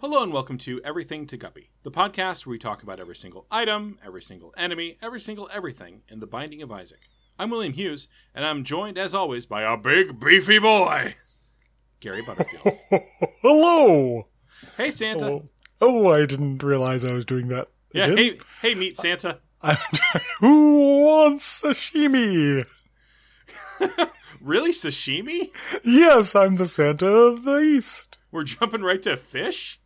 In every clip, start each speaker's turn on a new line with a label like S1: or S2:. S1: Hello and welcome to Everything to Guppy, the podcast where we talk about every single item, every single enemy, every single everything in The Binding of Isaac. I'm William Hughes, and I'm joined, as always, by a big, beefy boy, Gary Butterfield.
S2: Hello.
S1: hey, Santa.
S2: Oh, oh, I didn't realize I was doing that.
S1: yeah,
S2: again.
S1: hey, hey, meet Santa.
S2: I'm trying- Who wants sashimi?
S1: Really, sashimi?
S2: Yes, I'm the Santa of the East.
S1: We're jumping right to fish.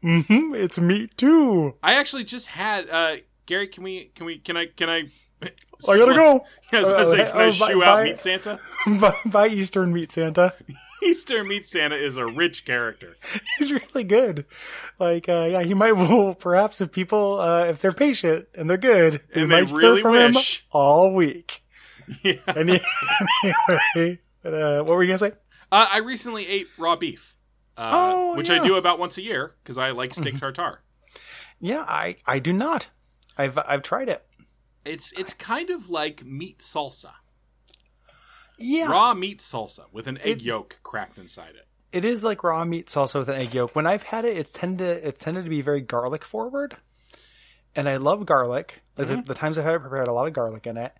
S2: hmm it's meat too.
S1: I actually just had uh, Gary. Can we? Can we? Can I? Can I?
S2: I gotta go.
S1: I was gonna say,
S2: Uh,
S1: can I
S2: uh,
S1: shoe
S2: bye-
S1: out
S2: bye.
S1: meet Santa?
S2: Bye, bye, Eastern meat Santa.
S1: Easter meet Santa is a rich character.
S2: He's really good. Like, uh, yeah, he might. Well, perhaps if people, uh, if they're patient and they're good,
S1: And they
S2: might hear
S1: really
S2: from
S1: wish.
S2: him all week.
S1: Yeah.
S2: Any- anyway, uh, what were you gonna say?
S1: Uh, I recently ate raw beef, uh,
S2: Oh,
S1: which
S2: yeah. Mm-hmm.
S1: I do about once a year because I like steak tartare.
S2: Yeah, I, I do not. I've I've tried it.
S1: It's it's kind of like meat salsa,
S2: Yeah,
S1: raw meat salsa with an egg
S2: It-
S1: yolk cracked inside it.
S2: it is like raw meat salsa with an egg yolk. When I've had it, it's tend to it's tended to be very garlic forward, and I love garlic. Like the, the times I've had it prepared, a lot of garlic in it,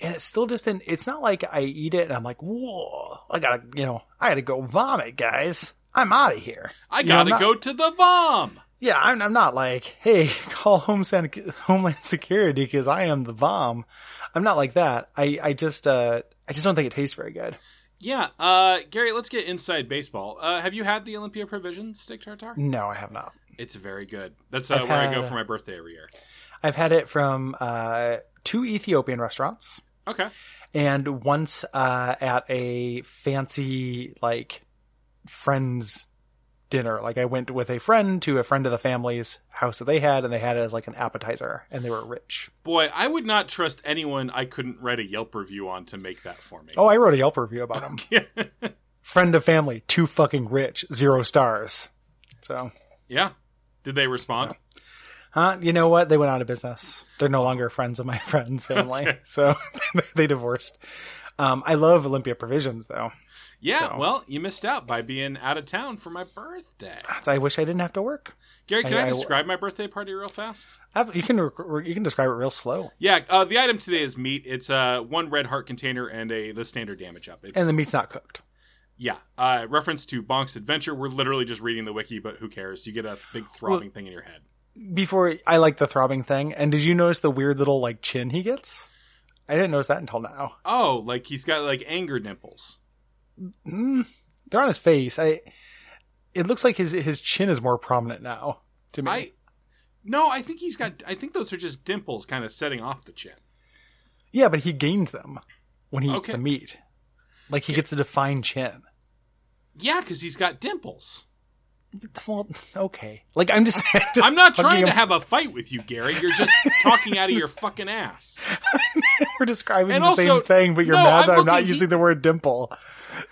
S2: and it's still just in. It's not like I eat it and I'm like, whoa, I gotta you know I gotta go vomit, guys. I'm out of here.
S1: I
S2: You know, I'm
S1: gotta
S2: not-
S1: go to the vom.
S2: Yeah, I'm, I'm not like, hey, call Home San- Homeland Security because I am the bomb. I'm not like that. I, I just uh, I just don't think it tastes very good.
S1: Yeah, uh, Gary, let's get inside baseball. Uh, have you had the Olympia Provision steak tartare?
S2: No, I have not.
S1: It's very good. That's uh,
S2: Mm. I've
S1: where I
S2: had-
S1: go for my birthday every year.
S2: I've had it from uh, two Ethiopian restaurants
S1: Okay.
S2: and once uh, at a fancy like friends dinner. Like I went with a friend to a friend of the family's house that they had, and they had it as like an appetizer, and they were rich.
S1: Boy, I would not trust anyone I couldn't write a Yelp review on to make that for me.
S2: Oh, I wrote a Yelp review about them.
S1: yeah.
S2: friend of family, too fucking rich, zero stars. So,
S1: yeah. Did they respond?
S2: huh? You know what? They went out of business. They're no longer friends of my friend's family,
S1: Okay.
S2: so they divorced. Um, I love Olympia Provisions though.
S1: Yeah,
S2: So-
S1: well, you missed out by being out of town for my birthday.
S2: I wish I didn't have to work.
S1: Gary, can
S2: I-
S1: I,
S2: I-
S1: describe my birthday party real fast?
S2: Ab- You can rec- you can describe it real slow.
S1: Yeah, uh, the item today is meat. It's uh, one red heart container and a the standard damage up. It's,
S2: And the meat's not cooked.
S1: yeah, uh, reference to Bonk's Adventure. We're literally just reading the wiki, but who cares? You get a big throbbing thing in your head.
S2: Before I like the throbbing thing. And did you notice the weird little like chin he gets? I didn't notice that until now.
S1: Oh, like he's got like anger nipples.
S2: Mm, they're on his face. I. It looks like his his chin is more prominent now to me.
S1: I no, I think he's got. I think those are just dimples, kind of setting off the chin.
S2: Yeah, but he gains them when he eats
S1: Okay.
S2: the meat. Like he gets a defined chin.
S1: Yeah, because he's got dimples.
S2: Well, okay. Like I'm just, I'm, just
S1: I'm not
S2: talking
S1: trying to
S2: about-
S1: have a fight with you, Gary. You're just talking out of your fucking ass.
S2: We're describing
S1: And
S2: the
S1: also-
S2: same thing, but you're
S1: no, I'm
S2: mad that I'm not
S1: looking- he-
S2: using the word dimple.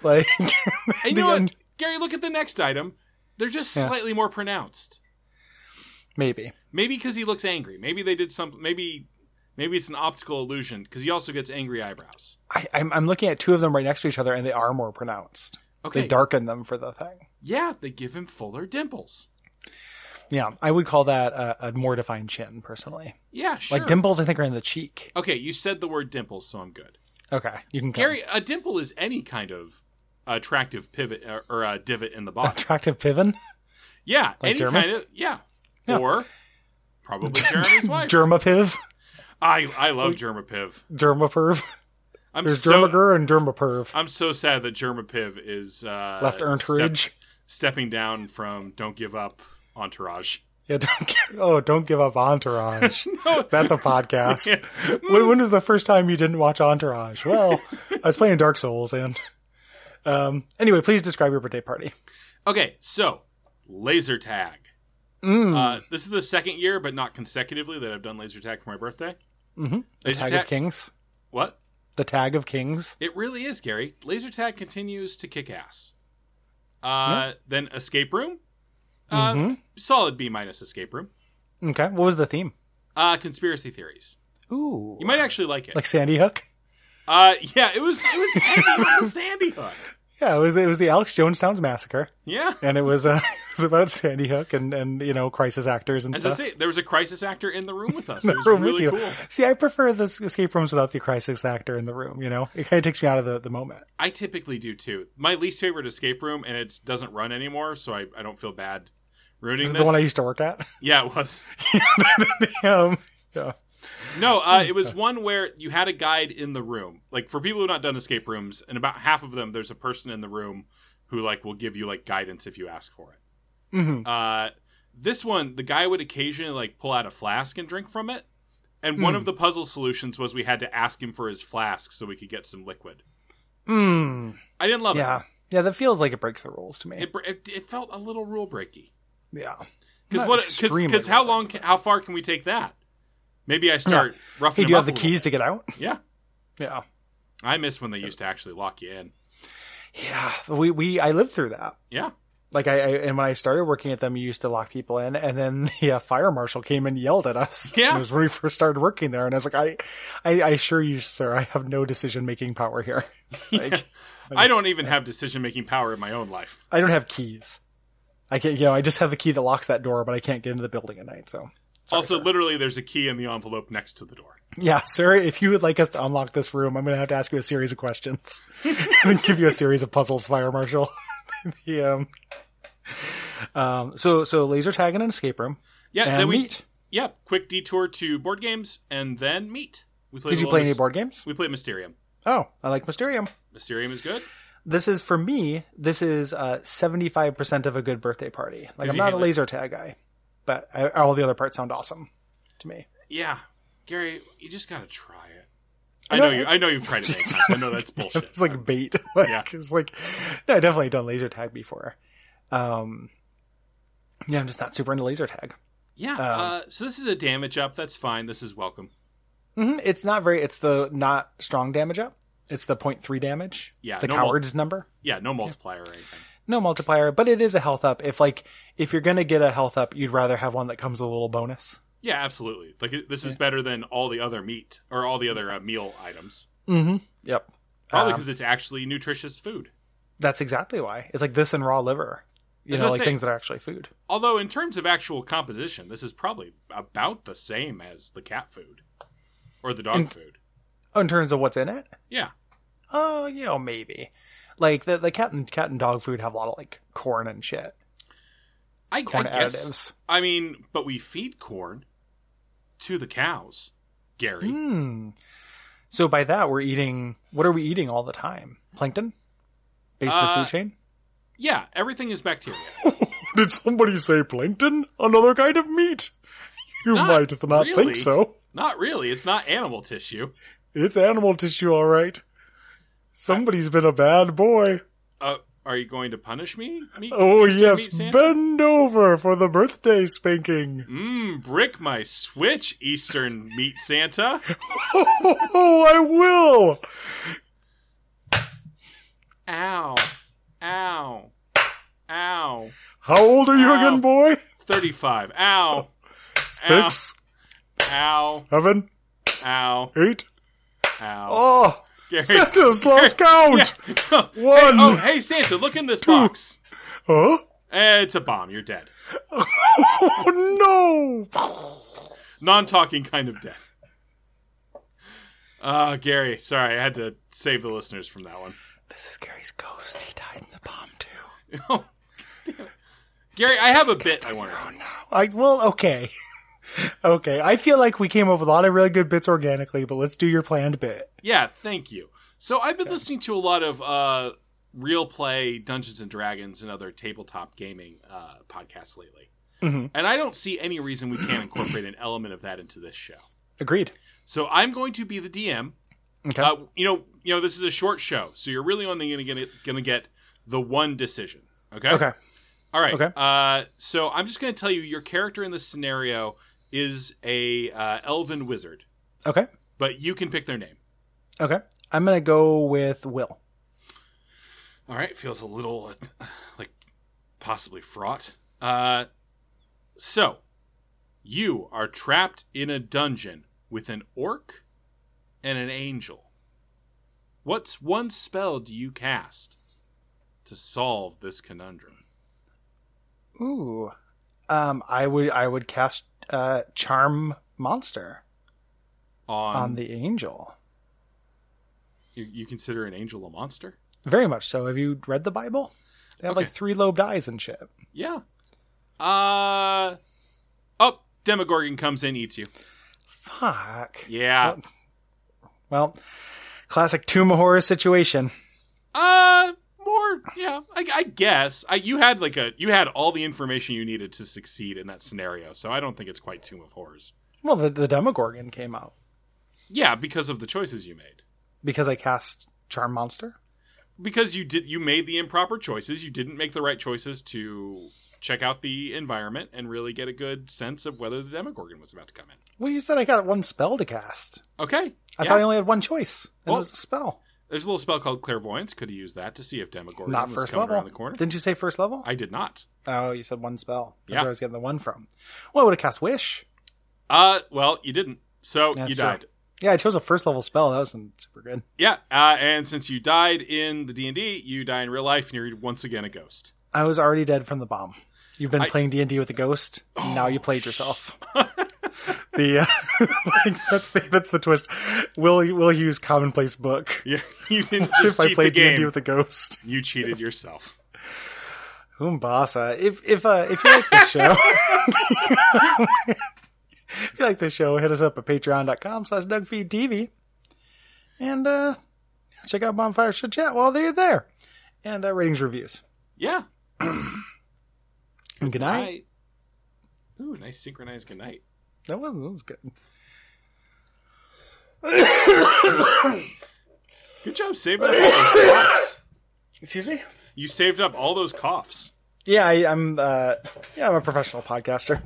S2: Like,
S1: And
S2: the
S1: you know what,
S2: end-
S1: Gary? Look at the next item. They're just
S2: Yeah.
S1: slightly more pronounced.
S2: maybe.
S1: Maybe because he looks angry. Maybe they did some. Maybe maybe it's an optical illusion because he also gets angry eyebrows.
S2: I, I'm, I'm looking at two of them right next to each other, and they are more pronounced.
S1: Okay.
S2: They darken them for the thing.
S1: yeah, they give him fuller dimples.
S2: Yeah, I would call that a, a more defined chin, personally.
S1: Yeah, sure.
S2: Like dimples, I think are in the cheek.
S1: okay, you said the word dimples, so I'm good.
S2: Okay, you can
S1: Gary, a dimple is any kind of attractive pivot or, or a divot in the
S2: come.
S1: body.
S2: attractive pivot.
S1: Yeah,
S2: Like
S1: any
S2: Jeremy?
S1: kind of yeah,
S2: Yeah.
S1: or probably Jeremy's wife.
S2: Dermapiv,
S1: I I love Germapiv.
S2: dermaperv.
S1: I'm
S2: There's
S1: so
S2: dermager and dermaperv.
S1: I'm so sad that Germapiv is uh,
S2: Left Ernt
S1: step-
S2: Ridge.
S1: stepping down from Don't Give Up Entourage.
S2: Yeah, don't give, oh, don't give up Entourage. That's a podcast.
S1: Yeah.
S2: When, when was the first time you didn't watch Entourage? Well, I was playing Dark Souls, and um, anyway, please describe your birthday party.
S1: Okay, so laser tag.
S2: Mm,
S1: Uh, this is the second year, but not consecutively, that I've done laser tag for my birthday.
S2: mhm. The
S1: Laser
S2: tag
S1: tag.
S2: of kings.
S1: What?
S2: The tag of kings.
S1: It really is, Gary. Laser tag continues to kick ass. Uh, Then escape room. Uh,
S2: Mhm.
S1: Solid B minus escape room.
S2: Okay, what was the theme?
S1: Uh, conspiracy theories.
S2: Ooh,
S1: You might actually like it.
S2: like Sandy Hook.
S1: Uh, yeah, it was it was heavy on the Sandy Hook.
S2: Yeah, it was it was the Alex Jonestown's massacre,
S1: Yeah,
S2: and it was uh, was about Sandy Hook and and you know crisis actors and
S1: As I
S2: stuff.
S1: say, there was a crisis actor in the room with us.
S2: in
S1: It
S2: the
S1: was
S2: room
S1: really
S2: with you.
S1: cool.
S2: See, I prefer the s- escape rooms without the crisis actor in the room. You know, it kind of takes me out of the, the moment.
S1: I typically do too. My least favorite escape room, and it doesn't run anymore, so I, I don't feel bad ruining
S2: Is it
S1: this.
S2: the one I used to work at?
S1: yeah, it was.
S2: um, yeah.
S1: No, uh, it was one where you had a guide in the room. Like for people who have not done escape rooms, and about half of them, there's a person in the room who like will give you like guidance if you ask for it.
S2: Mhm.
S1: Uh, this one, the guy would occasionally like pull out a flask and drink from it. And one
S2: Hmm.
S1: of the puzzle solutions was we had to ask him for his flask so we could get some liquid.
S2: Mm.
S1: I didn't love
S2: Yeah, yeah, that feels like it breaks the rules to me.
S1: it. It, br- it. It felt a little rule breaky.
S2: yeah,
S1: Because
S2: Not
S1: what?
S2: extremely
S1: Because how
S2: rule
S1: long? ca- How far can we take that? Maybe I start roughing.
S2: Hey, do
S1: him
S2: you
S1: up
S2: have
S1: a
S2: the
S1: little
S2: keys to
S1: bit.
S2: get out?
S1: Yeah,
S2: Yeah,
S1: I miss when they used to actually lock you in.
S2: yeah. We we I lived through that.
S1: Yeah.
S2: Like I, I and when I started working at them, you used to lock people in, and then the uh, fire marshal came and yelled at us.
S1: Yeah.
S2: it was when we first started working there, and I was like, I, I, I assure you, sir, I have no decision making power here. Like,
S1: I don't even have decision making power in my own life.
S2: I don't have keys. I can't, you know, I just have the key that locks that door, but I can't get into the building at night. So, Sorry,
S1: also, literally, there's a key in the envelope next to the door.
S2: yeah, sir, if you would like us to unlock this room, I'm going to have to ask you a series of questions and then give you a series of puzzles, Fire Marshal. the, um, um, so, so laser tag in an escape room.
S1: Yeah,
S2: and
S1: then we.
S2: meet.
S1: Yeah, quick detour to board games and then meet. We played
S2: Did
S1: a
S2: you
S1: little
S2: play any
S1: Mys-
S2: board games?
S1: We played Mysterium.
S2: Oh, I like Mysterium.
S1: Mysterium is good.
S2: This is for me. This is uh, seventy-five percent of a good birthday party. Like
S1: Does
S2: I'm
S1: he
S2: not a
S1: handle it?
S2: laser tag guy, but I, all the other parts sound awesome to me.
S1: Yeah, Gary, you just gotta try it. I
S2: know-
S1: know you. I know you've tried it many times. I know that's bullshit.
S2: It's like bait. Like,
S1: Yeah.
S2: It's like, no, I definitely done laser tag before. Um, yeah, I'm just not super into laser tag.
S1: yeah.
S2: Um,
S1: uh, so this is a damage up. That's fine. This is welcome.
S2: hmm It's not very. It's the not strong damage up. It's the 0.3 damage.
S1: Yeah,
S2: the
S1: no mul-
S2: coward's number.
S1: Yeah, no multiplier or anything.
S2: No multiplier, but it is a health up. If like if you're gonna get a health up, you'd rather have one that comes with a little bonus.
S1: Yeah, absolutely. Like it- this is better than all the other meat or all the other uh, meal items.
S2: Mm-hmm. Yep.
S1: Probably
S2: Um,
S1: because it's actually nutritious food.
S2: That's exactly why. It's like this and raw liver. You
S1: was
S2: know,
S1: gonna
S2: like
S1: say-
S2: things that are actually food.
S1: Although in terms of actual composition, this is probably about the same as the cat food or the dog
S2: And-
S1: food.
S2: Oh, in terms of what's in it,
S1: Yeah,
S2: oh, you know, maybe. Like the the cat and cat and dog food have a lot of like corn and shit,
S1: I, I
S2: corn
S1: guess.
S2: additives.
S1: I mean, but we feed corn to the cows, Gary.
S2: Hmm. So by that, we're eating. What are we eating all the time? Plankton, based on the
S1: Uh,
S2: food chain.
S1: Yeah, everything is bacteria.
S2: Did somebody say plankton? Another kind of meat? You
S1: Not might not think really.
S2: so.
S1: Not really. It's not animal tissue.
S2: It's animal tissue, all right. Somebody's been a bad boy.
S1: Uh, are you going to punish me? meat-
S2: Oh
S1: Mr. Meat
S2: yes,
S1: Santa?
S2: bend over for the birthday spanking.
S1: Mmm, brick my switch, Eastern Meat Santa.
S2: Oh, I will.
S1: Ow. Ow. Ow.
S2: How old are you
S1: Ow.
S2: again, boy?
S1: 35. Ow.
S2: Six,
S1: Ow.
S2: seven,
S1: Ow.
S2: eight.
S1: Ow.
S2: Oh,
S1: Gary.
S2: Santa's lost
S1: Yeah.
S2: count.
S1: Hey,
S2: One,
S1: oh, hey, Santa, look in this box.
S2: Huh?
S1: Eh, It's a bomb. You're dead.
S2: Oh no!
S1: Non talking kind of dead. Uh, Gary, sorry, I had to save the listeners from that one.
S2: This is Gary's ghost. He died in the bomb too.
S1: Oh, damn it. Gary, I have a bit I want to
S2: Oh no! I well, okay, okay. I feel like we came up with a lot of really good bits organically, but let's do your planned bit.
S1: Yeah, thank you. So I've been listening to a lot of uh, real play Dungeons and Dragons and other tabletop gaming uh, podcasts lately,
S2: Mhm.
S1: and I don't see any reason we can't incorporate an element of that into this show.
S2: Agreed.
S1: So I'm going to be the DM.
S2: Okay.
S1: Uh, you know, you know, this is a short show, so you're really only going to get going to get the one decision. Okay.
S2: okay.
S1: All right.
S2: Okay.
S1: Uh, so I'm just going to tell you your character in this scenario is a uh, elven wizard,
S2: Okay.
S1: but you can pick their name.
S2: Okay. I'm gonna go with Will.
S1: All right, feels a little uh, like possibly fraught. Uh, so, you are trapped in a dungeon with an orc and an angel. What's one spell do you cast to solve this conundrum?
S2: Ooh, um, I would I would cast uh, charm monster
S1: On,
S2: on the angel.
S1: you, you consider an angel a monster?
S2: Very much so. Have you read the Bible? They have like
S1: Okay.
S2: three lobed eyes and shit.
S1: Yeah. Uh oh, Demogorgon comes in, eats you.
S2: Fuck.
S1: Yeah.
S2: Yep. Well, classic Tomb of Horror situation.
S1: Uh more yeah, I, I guess. I you had like a you had all the information you needed to succeed in that scenario, so I don't think it's quite Tomb of Horrors.
S2: Well, the, the Demogorgon came out
S1: Yeah, because of the choices you made.
S2: because I cast Charm Monster.
S1: Because you did you made the improper choices, you didn't make the right choices to check out the environment and really get a good sense of whether the Demogorgon was about to come in.
S2: Well, you said I got one spell to cast.
S1: Okay.
S2: I
S1: yeah.
S2: thought I only had one choice, and
S1: Well-
S2: it was a spell.
S1: There's a little spell called clairvoyance. Could have used that to see if Demogorgon
S2: Not
S1: was
S2: first
S1: coming
S2: level.
S1: around the corner.
S2: Didn't you say first level?
S1: I did not.
S2: Oh, you said one spell. That's
S1: Yeah.
S2: where I was getting the one from. Well, I would have cast Wish.
S1: Uh, well, you didn't. So
S2: That's
S1: you
S2: true.
S1: died.
S2: Yeah, I chose a first level spell. That wasn't super good.
S1: Yeah, uh, and since you died in the D and D, you die in real life, and you're once again a ghost.
S2: I was already dead from the bomb. You've been
S1: I-
S2: playing D and D with a ghost. and now you played yourself. the uh, like, that's the that's the twist. Will Will Hughes commonplace book.
S1: Yeah, you didn't just
S2: if I
S1: cheat the
S2: played D and
S1: game.
S2: D with a ghost,
S1: you cheated yourself.
S2: Umbasa. If if uh, if you like this show, if you like this show, hit us up at Patreon.com/slash DougFeedTV, and uh, check out Bonfire Show Chat while they're there, and uh, ratings reviews.
S1: Yeah.
S2: And good night.
S1: Night. Ooh, nice synchronized good night.
S2: That was that was good.
S1: Good job saving up all those coughs.
S2: Excuse me.
S1: You saved up all those coughs.
S2: Yeah, I, I'm. Uh, yeah, I'm a professional podcaster.